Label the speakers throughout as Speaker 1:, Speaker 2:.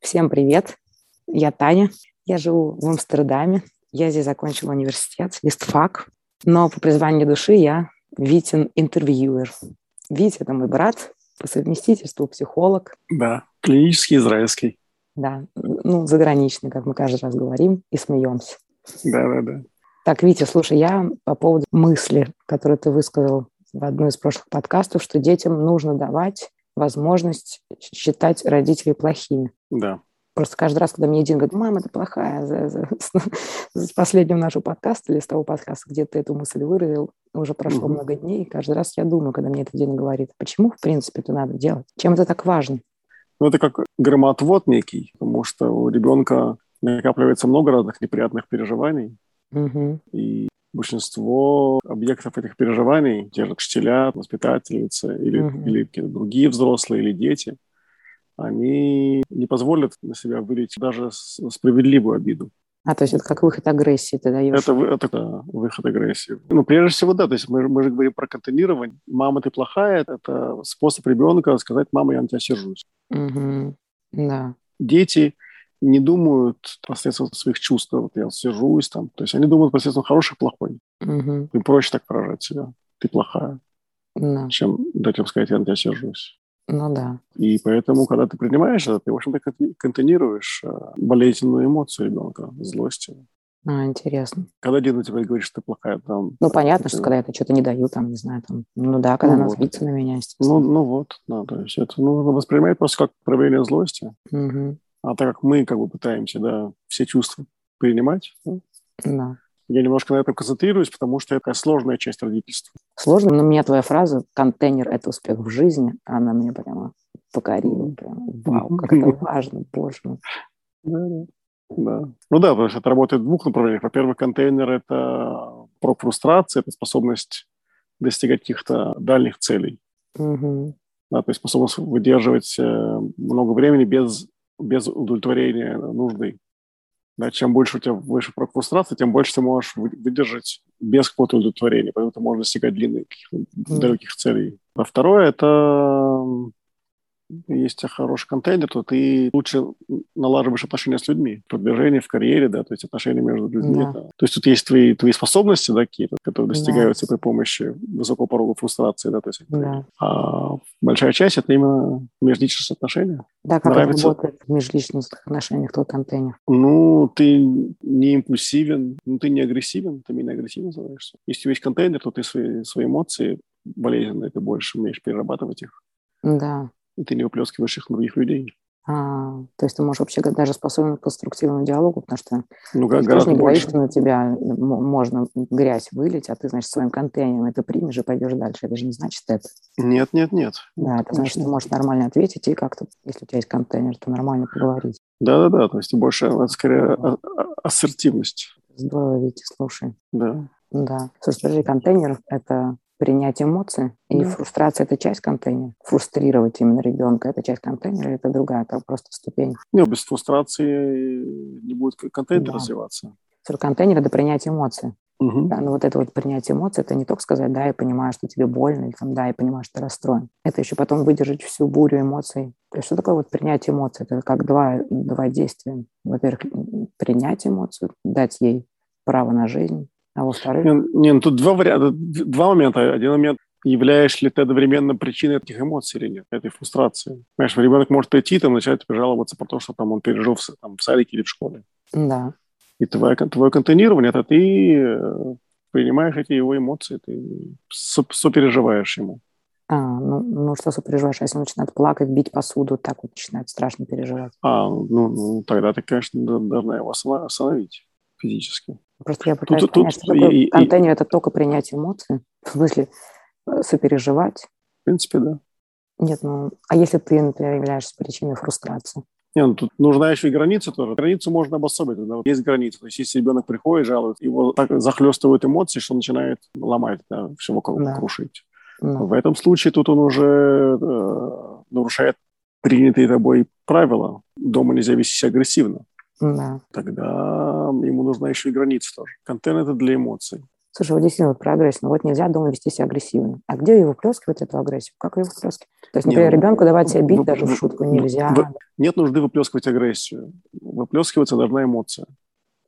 Speaker 1: Всем привет. Я Таня. Я живу в Амстердаме. Я здесь закончила университет, истфак. Но по призванию души я Витин интервьюер. Витя – это мой брат, по совместительству психолог.
Speaker 2: Да, клинический израильский.
Speaker 1: Да, ну, заграничный, как мы каждый раз говорим, и смеемся.
Speaker 2: Да-да-да.
Speaker 1: Так, Витя, слушай, я по поводу мысли, которую ты высказал в одной из прошлых подкастов, что детям нужно давать возможность считать родителей плохими.
Speaker 2: Да.
Speaker 1: Просто каждый раз, когда мне Дин говорит, мама, ты плохая, за, за, с, с последнего нашего подкаста или с того подкаста, где ты эту мысль выразил, уже прошло угу. много дней, и каждый раз я думаю, когда мне это Дина говорит, почему, в принципе, это надо делать? Чем это так важно?
Speaker 2: Ну, это как громоотвод некий, потому что у ребенка накапливается много разных неприятных переживаний,
Speaker 1: угу.
Speaker 2: и большинство объектов этих переживаний, те же учителя, воспитательницы или, угу. или какие-то другие взрослые или дети, они не позволят на себя вылить даже справедливую обиду.
Speaker 1: А, то есть это как выход агрессии ты даешь?
Speaker 2: Это, это да, выход агрессии. Ну, прежде всего, да, то есть мы, мы же говорим про контейнирование. «Мама, ты плохая» — это способ ребенка сказать «мама, я на тебя сержусь».
Speaker 1: Угу. Да.
Speaker 2: Дети не думают посредством своих чувств, вот я сержусь там, то есть они думают посредством хороших плохой.
Speaker 1: Угу.
Speaker 2: Им проще так поражать себя. Ты плохая.
Speaker 1: Да.
Speaker 2: Чем дать им сказать «я на тебя сержусь».
Speaker 1: Ну да.
Speaker 2: И поэтому, когда ты принимаешь это, ты, в общем-то, контейнируешь э, болезненную эмоцию ребенка, злость.
Speaker 1: А, интересно.
Speaker 2: Когда Дина тебе говорит, что ты плохая, там...
Speaker 1: Ну, понятно, ты... что когда я это что-то не даю, там, не знаю, там... Ну да, когда ну, она вот. злится на меня,
Speaker 2: Ну, ну вот, да, то есть это нужно воспринимать просто как проявление злости.
Speaker 1: Угу.
Speaker 2: А так как мы как бы пытаемся, да, все чувства принимать,
Speaker 1: да.
Speaker 2: я немножко на этом концентрируюсь, потому что это сложная часть родительства
Speaker 1: сложно, но меня твоя фраза «контейнер – это успех в жизни», она меня прямо покорила, прямо вау, как это важно, боже мой.
Speaker 2: Да. Ну да, потому что это работает в двух направлениях. Во-первых, контейнер – это про фрустрацию, это способность достигать каких-то дальних целей.
Speaker 1: Угу.
Speaker 2: Да, то есть способность выдерживать э, много времени без, без удовлетворения нужды. Да, чем больше у тебя выше фрустрации, тем больше ты можешь выдержать без какого-то удовлетворения, поэтому ты можешь достигать длинных, mm. далеких целей. А второе – это если хороший контейнер, то ты лучше налаживаешь отношения с людьми в продвижении, в карьере, да, то есть отношения между людьми. Да. Yeah. Да. То есть тут есть твои, твои способности, да, какие-то, которые yeah. достигаются да. при помощи высокого порога фрустрации, да, то есть
Speaker 1: да. Yeah.
Speaker 2: а большая часть – это именно межличностные отношения.
Speaker 1: Да, как Нравится. работает в межличностных отношениях твой контейнер?
Speaker 2: Ну, ты не импульсивен, ну, ты не агрессивен, ты менее агрессивен становишься. Если у тебя есть контейнер, то ты свои, свои эмоции болезненные, ты больше умеешь перерабатывать их.
Speaker 1: Да
Speaker 2: и ты не уплескиваешь их на других людей.
Speaker 1: А, то есть ты можешь вообще даже способен к конструктивному диалогу, потому что
Speaker 2: ну, как,
Speaker 1: ты
Speaker 2: же
Speaker 1: не
Speaker 2: больше.
Speaker 1: говоришь, что на тебя можно грязь вылить, а ты, значит, своим контейнером это примешь и пойдешь дальше. Это же не значит это.
Speaker 2: Нет, нет, нет.
Speaker 1: Да, это значит, ты можешь нормально ответить и как-то, если у тебя есть контейнер, то нормально поговорить.
Speaker 2: Да-да-да, то есть больше, это скорее а- ассертивность.
Speaker 1: Здорово, Витя, слушай.
Speaker 2: Да.
Speaker 1: Да. Слушай, подожди, контейнер – это принять эмоции. И да. фрустрация – это часть контейнера. Фрустрировать именно ребенка – это часть контейнера, это другая, это просто ступень.
Speaker 2: Нет, без фрустрации не будет контейнер да. развиваться.
Speaker 1: Все, контейнер – это принятие эмоций.
Speaker 2: Угу.
Speaker 1: Да, но вот это вот принятие эмоций, это не только сказать, да, я понимаю, что тебе больно, или там, да, я понимаю, что ты расстроен. Это еще потом выдержать всю бурю эмоций. То есть что такое вот принятие эмоций? Это как два, два действия. Во-первых, принять эмоцию, дать ей право на жизнь, а во-вторых?
Speaker 2: Не, не, ну тут два варианта, два момента. Один момент, являешь ли ты одновременно причиной этих эмоций или нет, этой фрустрации. Понимаешь, ребенок может идти, там, начать тебе жаловаться про то, что там он пережил в, там, в садике или в школе.
Speaker 1: Да.
Speaker 2: И твое, твое контейнирование, это ты э, принимаешь эти его эмоции, ты сопереживаешь ему.
Speaker 1: А, ну, ну что сопереживаешь, если он начинает плакать, бить посуду, так вот начинает страшно переживать.
Speaker 2: А, ну, ну тогда ты, конечно, должна его остановить физически.
Speaker 1: Просто я пытаюсь тут, понять, тут, что такое и, контейнер – это только принять эмоции, в смысле э, сопереживать.
Speaker 2: В принципе, да.
Speaker 1: Нет, ну, а если ты, например, являешься причиной фрустрации?
Speaker 2: Не, ну тут нужна еще и граница тоже. Границу можно обособить. Да? Вот есть граница. То есть если ребенок приходит, жалует, его так захлестывают эмоции, что он начинает ломать, да, все вокруг да. крушить. Да.
Speaker 1: Ну,
Speaker 2: В этом случае тут он уже э, нарушает принятые тобой правила. Дома нельзя вести себя агрессивно.
Speaker 1: Да.
Speaker 2: Тогда ему нужна еще и граница тоже. Контент это для эмоций.
Speaker 1: Слушай, вот действительно вот про агрессию. Ну вот нельзя дома вести себя агрессивно. А где ее выплескивать, эту агрессию? Как ее выплескивать? То есть, например,
Speaker 2: Не, ну,
Speaker 1: ребенку давать себя бить
Speaker 2: ну,
Speaker 1: даже в
Speaker 2: ну,
Speaker 1: шутку
Speaker 2: ну,
Speaker 1: нельзя.
Speaker 2: вы- Нет нужды выплескивать агрессию. Выплескиваться должна эмоция.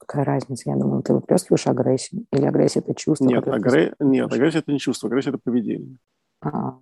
Speaker 1: Какая разница? Я думала, ты выплескиваешь агрессию. Или агрессия – это чувство,
Speaker 2: Нет,
Speaker 1: которое ты
Speaker 2: агре- нет,
Speaker 1: испытываешь.
Speaker 2: агрессия это не чувство, агрессия это поведение.
Speaker 1: А,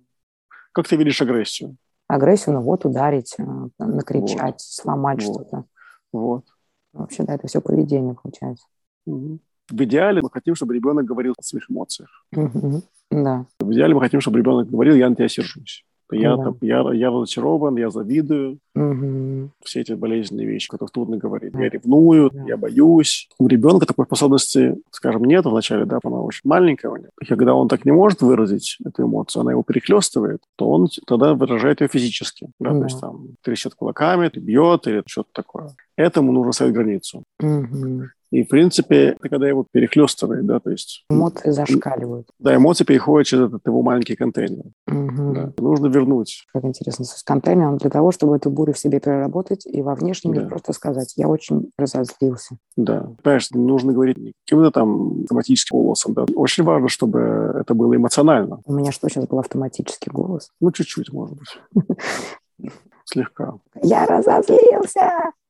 Speaker 2: Как ты видишь агрессию?
Speaker 1: агрессию, ну вот, ударить, а, там, накричать, сломать
Speaker 2: Вот.
Speaker 1: что-то.
Speaker 2: Вот.
Speaker 1: Вообще, да, это все поведение получается.
Speaker 2: Мгм. В идеале мы хотим, чтобы ребенок говорил о своих эмоциях.
Speaker 1: Мгм. Да.
Speaker 2: В идеале мы хотим, чтобы ребенок говорил, я на тебя сержусь. Я,
Speaker 1: Да.
Speaker 2: там, я, я разочарован, я завидую.
Speaker 1: Мгм.
Speaker 2: Все эти болезненные вещи, о которых трудно говорить.
Speaker 1: Да.
Speaker 2: Я ревную,
Speaker 1: Да.
Speaker 2: я боюсь. У ребенка такой способности, скажем, нет вначале, да, она очень маленькая. у него. И когда он так не может выразить эту эмоцию, она его перехлестывает, то он тогда выражает ее физически. Да,
Speaker 1: Да.
Speaker 2: То есть там трещит кулаками, бьет или что-то такое. Этому нужно ставить границу.
Speaker 1: Мгм.
Speaker 2: И, в принципе, это когда его перехлестывает, да, то есть...
Speaker 1: Эмоции зашкаливают.
Speaker 2: Да, эмоции переходят через этот его маленький контейнер.
Speaker 1: Мгм.
Speaker 2: да. Нужно вернуть.
Speaker 1: Как интересно, то есть контейнер, он для того, чтобы эту бурю в себе переработать и во внешнем мире
Speaker 2: Да.
Speaker 1: просто сказать, я очень разозлился.
Speaker 2: Да. Понимаешь, не нужно говорить не каким-то там автоматическим голосом. Да. Очень важно, чтобы это было эмоционально.
Speaker 1: У меня что сейчас был автоматический голос?
Speaker 2: Ну, чуть-чуть, может быть. Слегка.
Speaker 1: Я разозлился!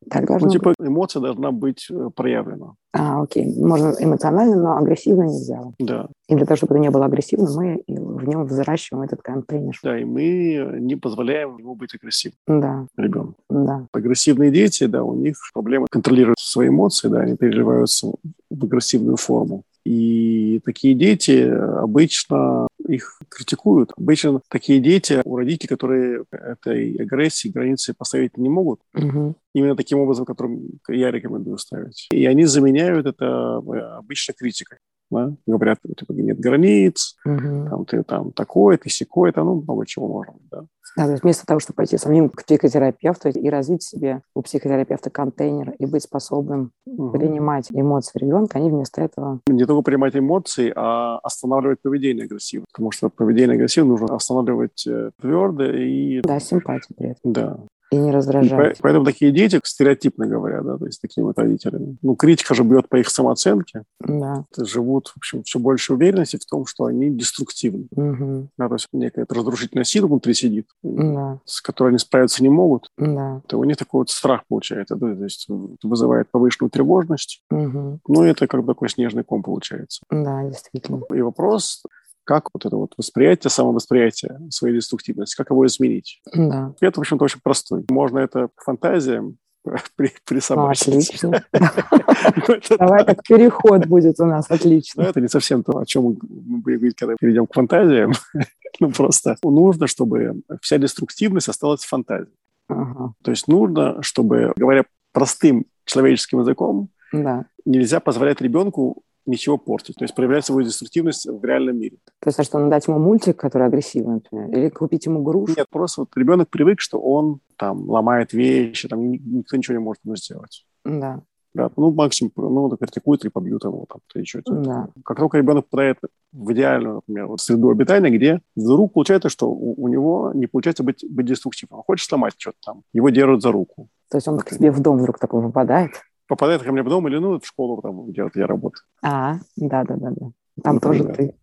Speaker 1: Так должно
Speaker 2: Ну,
Speaker 1: быть.
Speaker 2: типа, эмоция должна быть э, проявлена.
Speaker 1: А, окей. Можно эмоционально, но агрессивно нельзя.
Speaker 2: Да.
Speaker 1: И для того, чтобы это не было агрессивно, мы и в нем взращиваем этот контейнер.
Speaker 2: Да, и мы э, не позволяем ему быть агрессивным,
Speaker 1: Да,
Speaker 2: ребенку.
Speaker 1: да.
Speaker 2: Агрессивные дети, да, у них проблемы контролировать свои эмоции, да, они переливаются в агрессивную форму. И такие дети обычно их критикуют. Обычно такие дети у родителей, которые этой агрессии границы поставить не могут,
Speaker 1: Мгм.
Speaker 2: именно таким образом, которым я рекомендую ставить. И они заменяют это э, обычно критикой. да. Говорят, типа, нет границ,
Speaker 1: Мгм.
Speaker 2: там, ты там такой, ты сякой, там, ну, много чего можно. Да.
Speaker 1: Да, то есть вместо того, чтобы пойти самим к психотерапевту и развить себе у психотерапевта контейнер и быть способным
Speaker 2: Мгм.
Speaker 1: принимать эмоции ребенка, они вместо этого
Speaker 2: не только принимать эмоции, а останавливать поведение агрессивно. Потому что поведение агрессивно нужно останавливать э, твердо и...
Speaker 1: да, симпатию при этом
Speaker 2: Да.
Speaker 1: и не
Speaker 2: И по-
Speaker 1: раздражают.
Speaker 2: поэтому такие дети, стереотипно говоря, да, то есть такими вот родителями. Ну, критика же бьет по их самооценке.
Speaker 1: Да.
Speaker 2: Живут, в общем, все больше уверенности в том, что они деструктивны.
Speaker 1: Мгм.
Speaker 2: Да, то есть некая разрушительная сила внутри сидит,
Speaker 1: Да,
Speaker 2: с которой они справиться не могут.
Speaker 1: да.
Speaker 2: То у них такой вот страх получается. да, то есть вызывает повышенную тревожность.
Speaker 1: Мгм.
Speaker 2: Ну, это как бы такой снежный ком получается.
Speaker 1: Да, действительно.
Speaker 2: И вопрос, как вот это вот восприятие, самовосприятие своей деструктивности, как его изменить?
Speaker 1: Да. Ну,
Speaker 2: Ответ, в общем-то, очень простой. Можно это к фантазиям при,
Speaker 1: Ну,
Speaker 2: присобачить.
Speaker 1: отлично.
Speaker 2: Но это-
Speaker 1: Давай так переход будет у нас.
Speaker 2: но
Speaker 1: Отлично.
Speaker 2: это не совсем то, о чем мы будем говорить, когда перейдем к фантазиям. Ну, просто нужно, чтобы вся деструктивность осталась в фантазии.
Speaker 1: Ага.
Speaker 2: То есть нужно, чтобы, говоря простым человеческим языком,
Speaker 1: Да.
Speaker 2: нельзя позволять ребенку ничего портить, то есть проявлять свою деструктивность в реальном мире.
Speaker 1: То есть, а что, надо дать ему мультик, который агрессивный, например, или купить ему грушу?
Speaker 2: Нет, просто вот ребенок привык, что он там ломает вещи, там ни- никто ничего не может ему сделать.
Speaker 1: Да,
Speaker 2: Да, ну, максимум, ну, вот критикует или побьют его там, или еще что-то.
Speaker 1: да.
Speaker 2: Как только ребенок попадает в идеальную, например, вот среду обитания, где вдруг получается, что у, у него не получается быть, быть деструктивным. Он хочет сломать что-то там, его держат за руку.
Speaker 1: То есть он к
Speaker 2: Окей.
Speaker 1: тебе в дом вдруг такой выпадает.
Speaker 2: Попадает ко мне в дом или, ну, в школу там, где вот я работаю.
Speaker 1: А, да, да, да, да. Там
Speaker 2: Ну,
Speaker 1: тоже
Speaker 2: да.
Speaker 1: ты.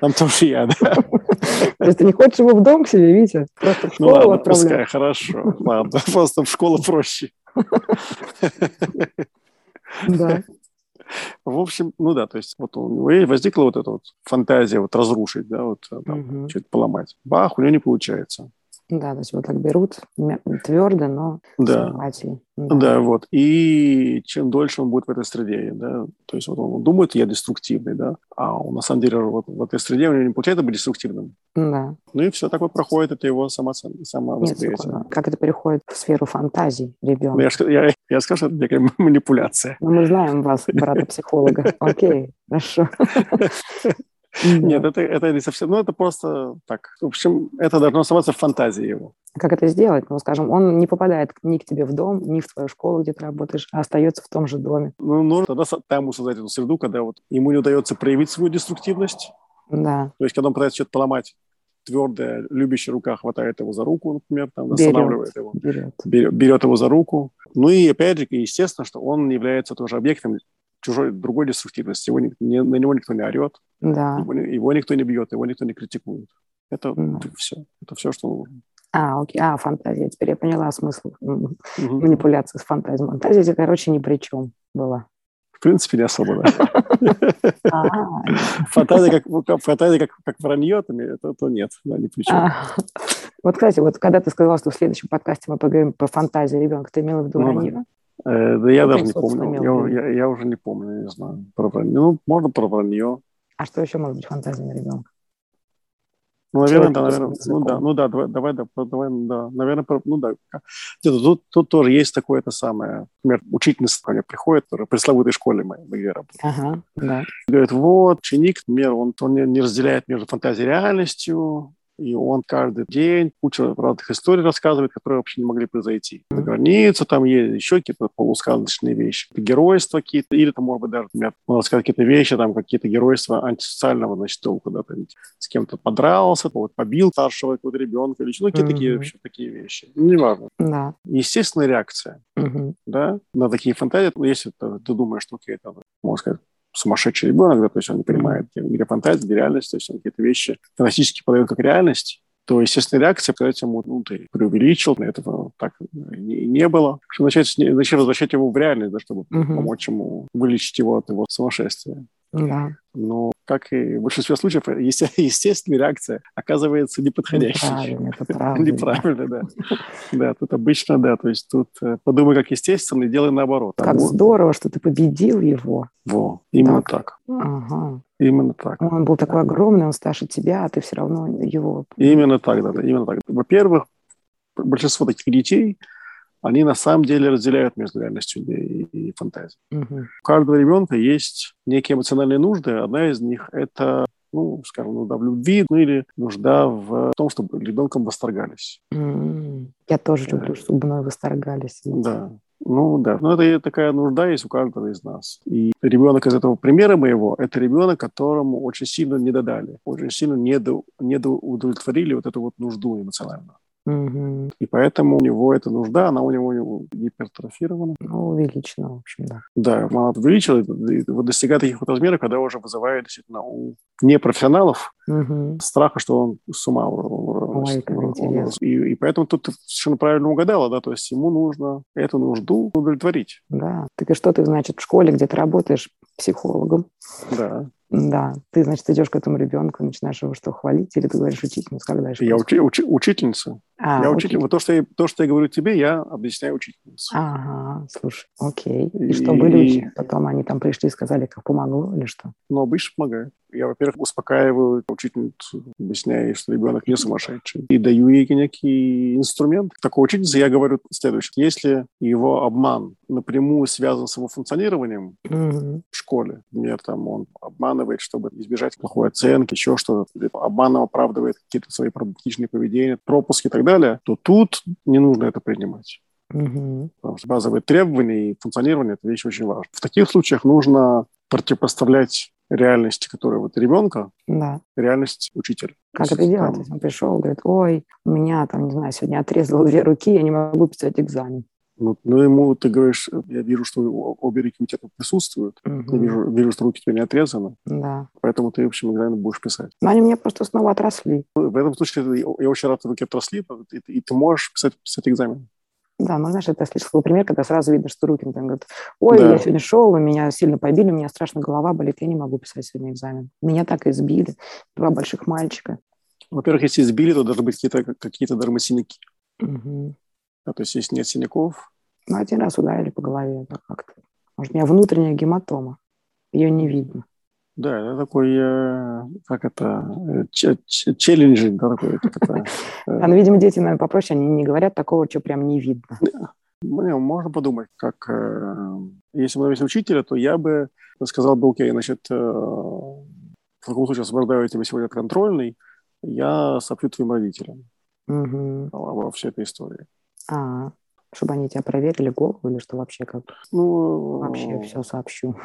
Speaker 2: Там тоже я, да.
Speaker 1: То есть ты не хочешь его в дом к себе, Витя? Просто в
Speaker 2: Ну,
Speaker 1: школу
Speaker 2: ладно,
Speaker 1: отправляешь.
Speaker 2: пускай, хорошо. Ладно, просто в школу проще.
Speaker 1: Да.
Speaker 2: В общем, ну да, то есть вот у него и возникла вот эта вот фантазия вот разрушить, да, вот э, там,
Speaker 1: Мгм.
Speaker 2: что-то поломать. Бах, у него не получается.
Speaker 1: Да, то есть вот так берут мя- твердо, но
Speaker 2: Да, Ну
Speaker 1: симпатии.
Speaker 2: да, вот. И чем дольше он будет в этой среде, да, то есть вот он думает, я деструктивный, да, а он на самом деле вот в этой среде у него не получается быть деструктивным.
Speaker 1: Да.
Speaker 2: Ну и все так вот проходит, это его самооцен-
Speaker 1: Нет,
Speaker 2: самовосприятие.
Speaker 1: такого. как это переходит в сферу фантазий
Speaker 2: Ну,
Speaker 1: ребенка?
Speaker 2: я, ж- я, я скажу, что это некая манипуляция.
Speaker 1: Ну, мы знаем вас, брата-психолога. Окей, хорошо.
Speaker 2: Нет, это, это не совсем, ну это просто так. В общем, это должно оставаться в фантазии его.
Speaker 1: Как это сделать? Ну, скажем, он не попадает ни к тебе в дом, ни в твою школу, где ты работаешь, а остается в том же доме.
Speaker 2: Ну, нужно тогда со- там ему создать эту среду, когда вот ему не удается проявить свою деструктивность.
Speaker 1: Да.
Speaker 2: То есть, когда он пытается что-то поломать, твердая, любящая рука хватает его за руку, например, там,
Speaker 1: Берет.
Speaker 2: останавливает его,
Speaker 1: Берет.
Speaker 2: берет, берет его за руку. Ну и, опять же, естественно, что он является тоже объектом чужой, другой деструктивности. Его, не, не- на него никто не орет,
Speaker 1: Да.
Speaker 2: его, ни- его никто не бьет, его никто не критикует. Это
Speaker 1: Мгм.
Speaker 2: все. Это все, что нужно.
Speaker 1: А, окей. А, фантазия. Теперь я поняла смысл м,
Speaker 2: Мгм.
Speaker 1: манипуляции с фантазией. Фантазия, здесь, короче, ни при чем была.
Speaker 2: В принципе, не особо, да.
Speaker 1: А,
Speaker 2: Фантазия как, ну, как- фантазия как, как вранье, то, не- то- то нет. Да, ни при чём.
Speaker 1: а. Вот, кстати, вот когда ты сказала, что в следующем подкасте мы поговорим по фантазии ребенка, ты имела в виду
Speaker 2: Ну да.
Speaker 1: вранье?
Speaker 2: Э, да я
Speaker 1: Ну,
Speaker 2: даже
Speaker 1: как
Speaker 2: не
Speaker 1: собственно
Speaker 2: помню.
Speaker 1: имел в
Speaker 2: Я, я- я уже не помню, не знаю. Про вранье. Ну, можно про вранье.
Speaker 1: А что еще может быть фантазиями ребенка?
Speaker 2: Ну, наверное,
Speaker 1: Человек
Speaker 2: да,
Speaker 1: просто
Speaker 2: наверное,
Speaker 1: без
Speaker 2: ну да,
Speaker 1: знакомых.
Speaker 2: ну да, давай, давай, да, про- давай, да, наверное, про- ну да. Где-то тут, тут тоже есть такое это самое. Например, учительница ко мне приходит, тоже в пресловутой школе моей, где я работаю.
Speaker 1: Ага, да.
Speaker 2: Говорит, вот, ученик, например, он, он не- не разделяет между фантазией и реальностью, и он каждый день кучу разных историй рассказывает, которые вообще не могли произойти. За
Speaker 1: Мгм.
Speaker 2: границу там есть еще какие-то полусказочные вещи, Это геройства какие-то, или там, может быть, даже, например, он рассказывает какие-то вещи, там, какие-то геройства антисоциального, значит, он куда-то с кем-то подрался, вот, побил старшего какого-то ребенка, или ещё, ну, какие-то такие
Speaker 1: Мгм.
Speaker 2: вообще такие вещи. Ну, неважно.
Speaker 1: Да.
Speaker 2: Естественная реакция
Speaker 1: Мгм.
Speaker 2: да, на такие фантазии, ну, если ты, ты думаешь, что окей, там, можно сказать, сумасшедший ребенок, да, то есть он не понимает, где, где фантазия, где реальность, то есть он какие-то вещи фантастически подает как реальность, то естественная реакция, когда ему, ну, ты преувеличил, этого так не, не было. Что начать, с ней- начать возвращать его в реальность, да, чтобы
Speaker 1: Мгм.
Speaker 2: помочь ему вылечить его от его сумасшествия.
Speaker 1: Да. Ну,
Speaker 2: Но, как и в большинстве случаев, есте- естественная реакция оказывается неподходящей.
Speaker 1: Неправильно, это правда.
Speaker 2: Неправильно, да. Да, тут обычно, да, то есть тут э, подумай как естественно и делай наоборот. А
Speaker 1: Как
Speaker 2: вот-
Speaker 1: здорово, что ты победил его.
Speaker 2: Во, именно
Speaker 1: Так.
Speaker 2: так.
Speaker 1: Ага.
Speaker 2: Именно так.
Speaker 1: Он был такой огромный, он старше тебя, а ты все равно его...
Speaker 2: Именно так, да, да, именно так. Во-первых, большинство таких детей, они на самом деле разделяют между реальностью и, и фантазией.
Speaker 1: Мгм.
Speaker 2: У каждого ребенка есть некие эмоциональные нужды. Одна из них – это, ну, скажем, нужда в любви, ну, или нужда в том, чтобы ребенком восторгались.
Speaker 1: М. Я тоже
Speaker 2: Э.
Speaker 1: люблю, чтобы мной восторгались.
Speaker 2: Да. Ну да, но это и такая нужда есть у каждого из нас. И ребенок из этого примера моего, это ребенок, которому очень сильно не додали, очень сильно недо, недоудовлетворили вот эту вот нужду эмоциональную.
Speaker 1: Мгм.
Speaker 2: И поэтому у него эта нужда, она у него, у него гипертрофирована.
Speaker 1: Ну, увеличено, в общем, да.
Speaker 2: Да, она увеличилась, и вот достигает таких вот размеров, когда уже вызывает действительно у непрофессионалов
Speaker 1: Мгм.
Speaker 2: страха, что он с ума у- у-
Speaker 1: Ой, как
Speaker 2: у- у-
Speaker 1: интересно.
Speaker 2: и, и поэтому тут ты совершенно правильно угадала, да, то есть ему нужно эту нужду удовлетворить.
Speaker 1: Да. Ты что ты, значит, в школе, где ты работаешь психологом,
Speaker 2: Да.
Speaker 1: да, ты, значит, идешь к этому ребенку, начинаешь его что, хвалить, или ты говоришь учительница, как дальше?
Speaker 2: Я учи- учи- учительница.
Speaker 1: А,
Speaker 2: я
Speaker 1: окей. А.
Speaker 2: учитель. Вот то что, я, то, что я говорю тебе, я объясняю учительнице.
Speaker 1: Ага, слушай, окей. И, что
Speaker 2: И-
Speaker 1: были учи- Потом они там пришли и сказали, как помогло или что?
Speaker 2: Но обычно помогает. Я, во-первых, успокаиваю учительницу, объясняю ей, что ребенок не сумасшедший. И даю ей некий инструмент. Такой учительнице я говорю следующее. Если его обман напрямую связан с его функционированием
Speaker 1: Мгм.
Speaker 2: в школе, например, там он обманывает, чтобы избежать плохой оценки, еще что-то, или обманом оправдывает какие-то свои проблематичные поведения, пропуски и так далее, то тут не нужно это принимать.
Speaker 1: Мгм.
Speaker 2: Потому что э, базовые требования и функционирование – это вещь очень важна. В таких случаях нужно противопоставлять реальность, которая вот ребенка,
Speaker 1: Да.
Speaker 2: реальность учителя.
Speaker 1: Как
Speaker 2: То
Speaker 1: это
Speaker 2: есть
Speaker 1: делать?
Speaker 2: там-
Speaker 1: Если он пришел, говорит, ой, у меня там, не знаю, сегодня отрезало две руки, я не могу писать экзамен.
Speaker 2: Ну, ну, ему ты говоришь, я вижу, что о- обе руки у тебя тут присутствуют, я
Speaker 1: Мгм.
Speaker 2: вижу, вижу, что руки у тебя не отрезаны,
Speaker 1: Да.
Speaker 2: поэтому ты, в общем, экзамен будешь писать.
Speaker 1: Но они мне просто снова отросли.
Speaker 2: Ну, В этом случае ты- я очень рад, что руки отросли, и, ты- и ты можешь писать, писать экзамен.
Speaker 1: Да, ну, знаешь, это я слышала пример, когда сразу видно, что руки, например, говорят, ой,
Speaker 2: Да.
Speaker 1: я сегодня шел, меня сильно побили, у меня страшно голова болит, я не могу писать сегодня экзамен. Меня так избили, два больших мальчика.
Speaker 2: Во-первых, если избили, то должны быть какие-то какие должны быть синяки.
Speaker 1: Мгм.
Speaker 2: Да, то есть, если нет синяков,
Speaker 1: Ну, один раз ударили по голове, так как-то. Может, у меня внутренняя гематома, ее не видно.
Speaker 2: Да, это такой, э, как это, э, че- че- челленджинг, да, такой, как это. э,
Speaker 1: А, ну, видимо, дети, наверное, попроще, они не говорят такого, что прям не видно.
Speaker 2: Блин, ну, можно подумать, как, э, если бы на месте учителя, то я бы сказал бы, окей, значит, э, в таком случае освобождаю я тебя сегодня от контрольной, я сообщу твоим родителям
Speaker 1: Мгм.
Speaker 2: обо всей этой истории.
Speaker 1: А, чтобы они тебя проверили голову или что вообще как
Speaker 2: Ну,
Speaker 1: вообще
Speaker 2: э,
Speaker 1: все сообщу.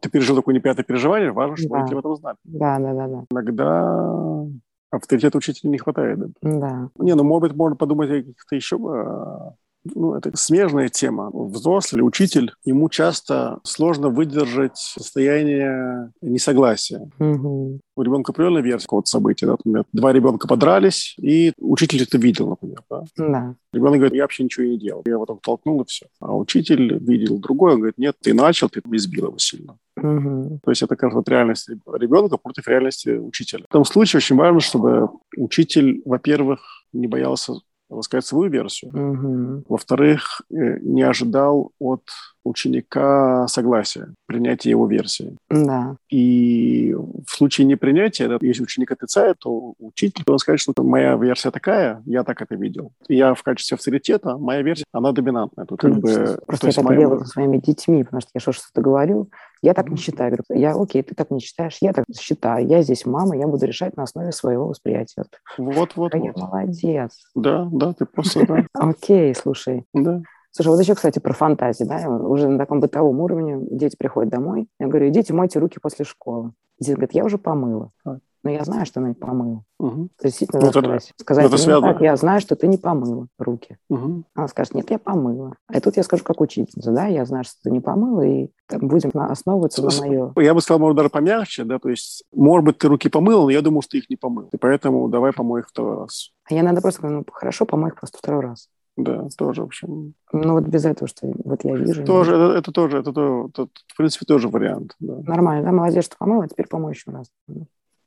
Speaker 2: ты пережил такое неприятное переживание, важно, чтобы
Speaker 1: Да.
Speaker 2: они об этом знали.
Speaker 1: Да, да, да, да.
Speaker 2: Иногда авторитета учителя не хватает, да,
Speaker 1: Да.
Speaker 2: Не, ну, может быть, можно подумать о каких-то еще э, ну, это смежная тема. Взрослый учитель, ему часто сложно выдержать состояние несогласия.
Speaker 1: Мгм.
Speaker 2: У ребенка определенная версия какого-то события. Да? Например, два ребенка подрались, и учитель это видел, например. Да?
Speaker 1: Да.
Speaker 2: Ребенок говорит, я вообще ничего не делал. Я его там толкнул, и все. А учитель видел другое, он говорит, нет, ты начал, ты избил его сильно.
Speaker 1: Мгм.
Speaker 2: То есть это, как раз, вот реальность ребенка против реальности учителя. В этом случае очень важно, чтобы учитель, во-первых, не боялся рассказать свою версию,
Speaker 1: Мгм.
Speaker 2: во-вторых, э, не ожидал от ученика согласия, принятия его версии.
Speaker 1: Да.
Speaker 2: И в случае непринятия, да, если ученик отрицает, то учитель должен сказать, что моя версия такая, я так это видел. Я в качестве авторитета, моя версия, она доминантная. Тут как бы,
Speaker 1: Конечно.
Speaker 2: то
Speaker 1: ну, Просто я
Speaker 2: есть
Speaker 1: так
Speaker 2: моя-
Speaker 1: делаю со своими детьми, потому что я что- что-то говорю, я так не считаю. Говорю, я, окей, ты так не считаешь, я так считаю. Я здесь мама, я буду решать на основе своего восприятия. Вот,
Speaker 2: Вот, вот,
Speaker 1: а я
Speaker 2: вот.
Speaker 1: молодец.
Speaker 2: Да, да, ты просто, да,
Speaker 1: Окей, слушай.
Speaker 2: да.
Speaker 1: Слушай, вот еще, кстати, про фантазии, да, уже на таком бытовом уровне дети приходят домой, я говорю, идите мойте руки после школы. Дети говорят, я уже помыла.
Speaker 2: Так.
Speaker 1: Но я знаю, что она не помыла.
Speaker 2: Мгм,
Speaker 1: То есть действительно,
Speaker 2: Ну,
Speaker 1: надо
Speaker 2: это да.
Speaker 1: сказать, сказать
Speaker 2: Это
Speaker 1: именно
Speaker 2: связано.
Speaker 1: так, я знаю, что ты не помыла руки.
Speaker 2: мгм.
Speaker 1: Она скажет, нет, я помыла. А тут я скажу, как учительница, да, я знаю, что ты не помыла, и там будем на- основываться на
Speaker 2: С- с-
Speaker 1: мое.
Speaker 2: Я бы сказал, может, даже помягче, да, то есть, может быть, ты руки помыл, но я думал, что ты их не помыл. И поэтому давай помой их второй раз.
Speaker 1: А я надо просто, говорю, ну, хорошо, помой их просто второй раз.
Speaker 2: Да, тоже, в общем.
Speaker 1: Ну, вот без этого, что вот я вижу.
Speaker 2: Тоже, это, это тоже, это, то- это, в принципе, тоже вариант, да.
Speaker 1: Нормально, да, молодец, что помыла, а теперь помой еще раз.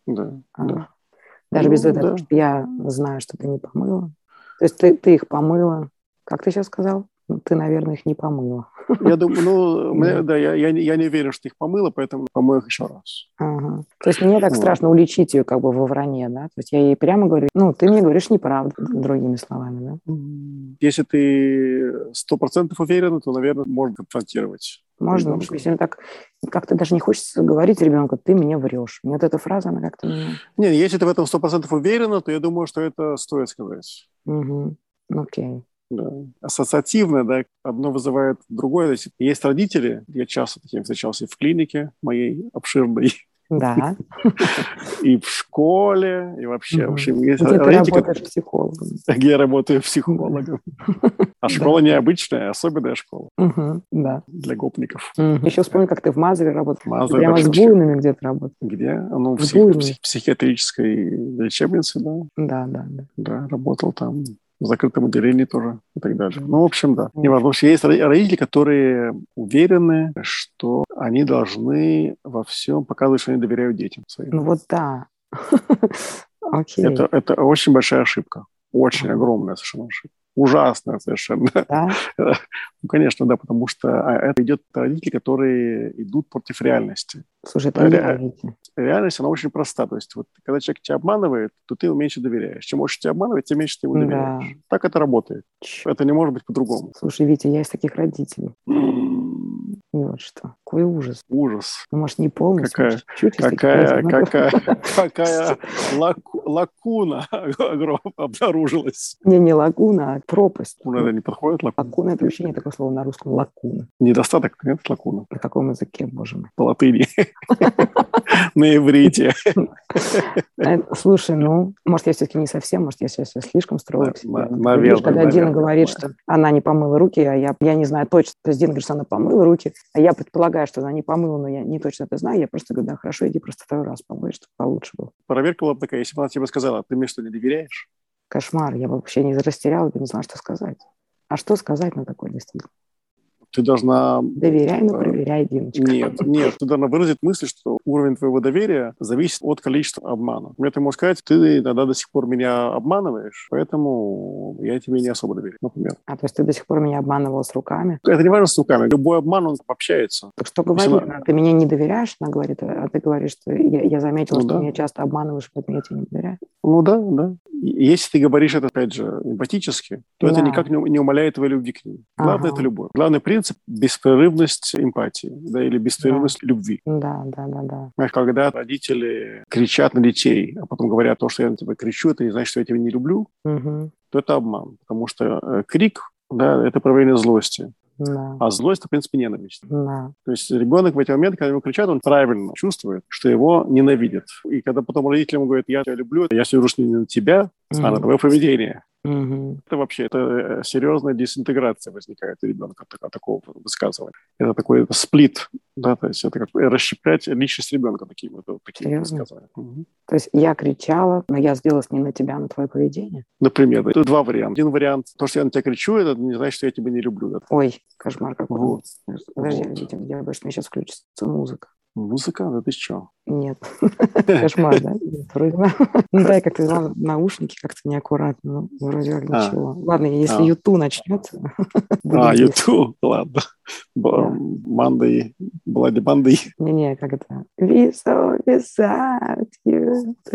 Speaker 2: да,
Speaker 1: А,
Speaker 2: да.
Speaker 1: Даже без
Speaker 2: Ну,
Speaker 1: этого,
Speaker 2: да.
Speaker 1: потому что я знаю, что ты не помыла. То есть ты, ты их помыла. Как ты сейчас сказал? Ну, Ты, наверное, их не помыла.
Speaker 2: Я думаю, ну, мне-
Speaker 1: Да.
Speaker 2: да, я, я, не- я не верю, что их помыла, поэтому помою их еще раз.
Speaker 1: Ага. То есть мне так
Speaker 2: Вот.
Speaker 1: страшно уличить ее как бы во вранье, да? То есть я ей прямо говорю, ну, ты мне говоришь неправду, другими словами, да?
Speaker 2: Если ты сто процентов уверен, то, наверное, можно конфронтировать.
Speaker 1: Можно, потому что
Speaker 2: Ребенку.
Speaker 1: если она так как-то даже не хочется говорить ребенку, ты мне врешь. Мне вот эта фраза, она как-то... меня-
Speaker 2: Не, если ты в этом сто процентов уверена, то я думаю, что это стоит сказать.
Speaker 1: Мгм. Ну, Окей.
Speaker 2: Да. Ассоциативно, да, одно вызывает другое. То есть, есть родители, я часто таким встречался и в клинике моей обширной,
Speaker 1: Да. Ну,
Speaker 2: и в школе, и вообще, в
Speaker 1: Мгм.
Speaker 2: общем, есть
Speaker 1: И ты
Speaker 2: родители,
Speaker 1: типа, работаешь психологом.
Speaker 2: которые- я работаю психологом. А школа необычная, особенная школа
Speaker 1: Мгм. Да.
Speaker 2: для гопников.
Speaker 1: Еще вспомни, как ты в Мазове работал.
Speaker 2: Мазове,
Speaker 1: Прямо
Speaker 2: да,
Speaker 1: с
Speaker 2: вообще.
Speaker 1: буйными где-то работал.
Speaker 2: Где? Ну,
Speaker 1: В
Speaker 2: в, псих-
Speaker 1: Гурме.
Speaker 2: псих- психиатрической лечебнице, да,
Speaker 1: Да, да, да.
Speaker 2: да, работал там, в закрытом отделении тоже и так далее. Ну, в общем, да. Неважно, потому что есть ро- родители, которые уверены, что они должны во всем показывать, что они доверяют детям своим.
Speaker 1: Ну вот да. Окей.
Speaker 2: Это, это очень большая ошибка. Очень
Speaker 1: Ага.
Speaker 2: огромная совершенно ошибка. Ужасная совершенно.
Speaker 1: Да?
Speaker 2: Ну, конечно, да, потому что а, это идет родители, которые идут против реальности.
Speaker 1: Слушай, это
Speaker 2: Ре-
Speaker 1: ненавидите.
Speaker 2: реальность, она очень проста. То есть вот когда человек тебя обманывает, то ты ему меньше доверяешь. Чем больше тебя обманывает, тем меньше ты ему
Speaker 1: Да.
Speaker 2: доверяешь. Так это работает.
Speaker 1: Чёрт.
Speaker 2: Это не может быть по-другому.
Speaker 1: Слушай, Витя, я из таких родителей.
Speaker 2: М,
Speaker 1: И вот что. Какой ужас.
Speaker 2: Ужас.
Speaker 1: Ну, может, не полностью,
Speaker 2: Какая-
Speaker 1: может, чуть-чуть из таких
Speaker 2: Какая,
Speaker 1: родителей, но-
Speaker 2: какая, какая лаку- лакуна огром- обнаружилась.
Speaker 1: Не, не лагуна, а пропасть.
Speaker 2: Лакуна это не подходит? лак-
Speaker 1: Лакуна – это вообще не такое слово на русском. Лакуна.
Speaker 2: Недостаток, нет, лакуна.
Speaker 1: На каком языке, боже мой.
Speaker 2: По латыни. На иврите.
Speaker 1: Э, Слушай, ну, может, я все-таки не совсем, может, я сейчас слишком строю
Speaker 2: На-
Speaker 1: к себе.
Speaker 2: на-
Speaker 1: Видишь,
Speaker 2: наверное,
Speaker 1: когда Дина
Speaker 2: наверное,
Speaker 1: говорит, что она не помыла руки, а я, я не знаю точно. То есть Дина говорит, что она помыла руки, а я предполагаю, что она не помыла, но я не точно это знаю. Я просто говорю, да, хорошо, иди просто второй раз помой, чтобы получше было.
Speaker 2: Проверка была бы такая, если бы она тебе сказала, ты мне что, не доверяешь?
Speaker 1: Кошмар, я бы вообще не растеряла, я не знала, что сказать. А что сказать на такой действительно?
Speaker 2: Ты должна
Speaker 1: Доверяй, но
Speaker 2: Да.
Speaker 1: проверяй, Диночка.
Speaker 2: Нет, нет, ты должна выразить мысль, что уровень твоего доверия зависит от количества обмана. Мне ты можешь сказать, ты иногда до сих пор меня обманываешь, поэтому я тебе не особо доверяю, например.
Speaker 1: А то есть ты до сих пор меня обманывала с руками.
Speaker 2: Это не важно с руками. Любой обман, он общается.
Speaker 1: Так что
Speaker 2: Если
Speaker 1: говорит?
Speaker 2: она-
Speaker 1: Ты меня не доверяешь, она говорит, а ты говоришь, что я, я заметила,
Speaker 2: Ну
Speaker 1: что
Speaker 2: да.
Speaker 1: меня часто обманываешь, поэтому я тебе не доверяю.
Speaker 2: Ну да, да. И Если ты говоришь это, опять же, эмпатически, то это
Speaker 1: Да.
Speaker 2: никак не, не умаляет твоей любви к ней. Главное
Speaker 1: Ага.
Speaker 2: это любовь. Главный принцип – беспрерывность эмпатии, да, или беспрерывность любви.
Speaker 1: Да, да, да, да.
Speaker 2: Знаешь, когда родители кричат на детей, а потом говорят то, что я на тебя кричу, это не значит, что я тебя не люблю,
Speaker 1: Мгм.
Speaker 2: то это обман, потому что э, крик, да, это проявление злости,
Speaker 1: Да,
Speaker 2: а злость, это, в принципе, ненависть.
Speaker 1: да.
Speaker 2: То есть ребенок в эти моменты, когда ему кричат, он правильно чувствует, что его ненавидят. И когда потом родители ему говорят, я тебя люблю, я сижу не на тебя, а на
Speaker 1: Мгм.
Speaker 2: твое поведение.
Speaker 1: Угу.
Speaker 2: Это вообще это серьезная дезинтеграция возникает у ребенка от, от такого высказывания. Это такой сплит, да, то есть это как расщеплять личность ребенка такие вот такие
Speaker 1: Серьезно?
Speaker 2: высказывания. Мгм.
Speaker 1: То есть я кричала, но я сделалась не на тебя, а на твое поведение.
Speaker 2: Например, это два варианта. Один вариант, то, что я на тебя кричу, это не значит, что я тебя не люблю. да.
Speaker 1: Ой, кошмар какой.
Speaker 2: Вот.
Speaker 1: Подожди,
Speaker 2: Вот.
Speaker 1: подожди, я боюсь, что мне сейчас включится музыка.
Speaker 2: Музыка, да ты что?
Speaker 1: Нет, кошмар, да? Нет, вроде бы. Ну да, я как-то взяла наушники как-то неаккуратно, ну, вроде как
Speaker 2: А.
Speaker 1: ничего. Ладно, если
Speaker 2: А.
Speaker 1: Юту начнется... буду
Speaker 2: А,
Speaker 1: здесь.
Speaker 2: YouTube, ладно. Б- Мандай, Блади Мандай.
Speaker 1: Не-не, как это? Висо, висать.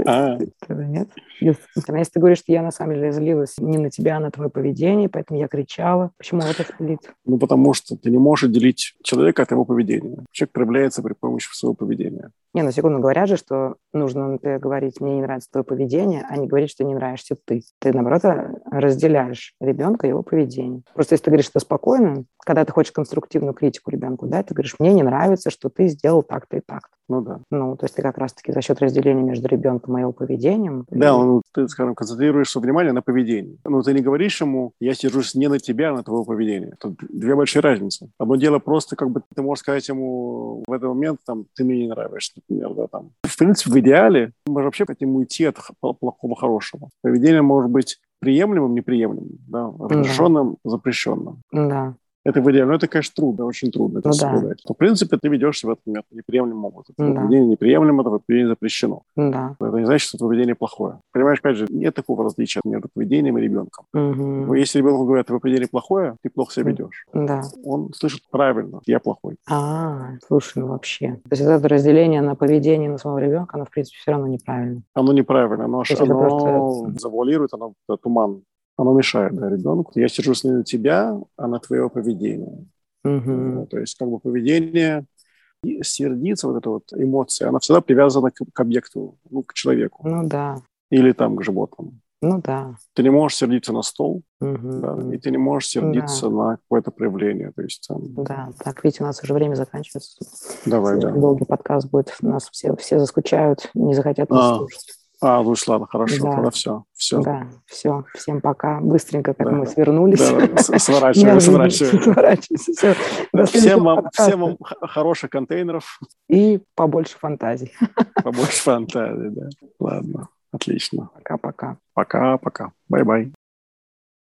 Speaker 2: А,
Speaker 1: Нет? Yes. Она, Если ты говоришь, что я на самом деле злилась не на тебя, а на твое поведение, поэтому я кричала. Почему вот это сплит?
Speaker 2: ну, потому что ты не можешь отделить человека от его поведения. Человек проявляется при помощи своего поведения.
Speaker 1: Не, ну секунду, говорят же, что нужно например, говорить, мне не нравится твое поведение, а не говорить, что не нравишься ты. Ты, наоборот, э, разделяешь ребенка и его поведение. Просто если ты говоришь, что спокойно, когда ты хочешь конструктивную критику ребенку, да, ты говоришь, мне не нравится, что ты сделал так-то и так-то.
Speaker 2: Ну да.
Speaker 1: Ну, то есть ты как раз-таки за счет разделения между ребенком и его поведением...
Speaker 2: Да, он, ты, скажем, концентрируешь свое внимание на поведении. Но ты не говоришь ему, я сижусь не на тебя, а на твое поведение. Тут две большие разницы. Одно дело просто, как бы ты можешь сказать ему в этот момент, там, ты мне не нравишься, например, да, там. В принципе, в идеале мы же вообще хотим уйти от х- плохого хорошего. Поведение может быть приемлемым, неприемлемым, да, разрешенным, запрещенным.
Speaker 1: Да.
Speaker 2: Это в идеале. Но это, конечно, трудно, очень трудно это
Speaker 1: Ну да.
Speaker 2: соблюдать. Но, в принципе, ты ведешь себя, например, неприемлемым образом.
Speaker 1: Ну
Speaker 2: Твое
Speaker 1: да.
Speaker 2: Поведение неприемлемо, твое поведение запрещено.
Speaker 1: Да.
Speaker 2: Но Это не значит, что поведение плохое. Понимаешь, опять же, нет такого различия между поведением и ребенком.
Speaker 1: Мгм.
Speaker 2: Но Если ребенку говорят, твое поведение плохое, ты плохо себя
Speaker 1: Мгм.
Speaker 2: ведешь.
Speaker 1: Да.
Speaker 2: Он слышит правильно, я плохой.
Speaker 1: А, слушай, ну вообще. То есть вот это разделение на поведение на самого ребенка, оно, в принципе, все равно неправильно.
Speaker 2: Оно неправильно, оно, аж-
Speaker 1: То есть это
Speaker 2: оно
Speaker 1: просто-
Speaker 2: завуалирует, оно да, туман. Оно мешает да, ребенку. Я сижу с ним на тебя, а на твое поведение.
Speaker 1: Мгм.
Speaker 2: То есть как бы поведение и сердиться, вот эта вот эмоция, она всегда привязана к, к объекту, ну, к человеку
Speaker 1: Ну да,
Speaker 2: или там к животному.
Speaker 1: ну да.
Speaker 2: Ты не можешь сердиться на стол,
Speaker 1: Мгм.
Speaker 2: Да, и ты не можешь сердиться на какое-то проявление. То есть, там,
Speaker 1: Да, так, видите, у нас уже время заканчивается.
Speaker 2: давай,
Speaker 1: Сегодня
Speaker 2: да.
Speaker 1: Долгий подкаст будет, нас все, все заскучают, не захотят нас
Speaker 2: А,
Speaker 1: слушать.
Speaker 2: А, ну ладно, хорошо,
Speaker 1: Да.
Speaker 2: тогда все. Все.
Speaker 1: Да, все, всем пока. Быстренько, как
Speaker 2: Да.
Speaker 1: мы свернулись.
Speaker 2: Сворачиваем, сворачиваем.
Speaker 1: Сворачивайся, все. До следующего
Speaker 2: Всем вам,
Speaker 1: подкаста.
Speaker 2: всем вам х- хороших контейнеров,
Speaker 1: И побольше фантазий.
Speaker 2: побольше фантазии. Да. Ладно, отлично.
Speaker 1: Пока-пока.
Speaker 2: Пока-пока. Бай-бай.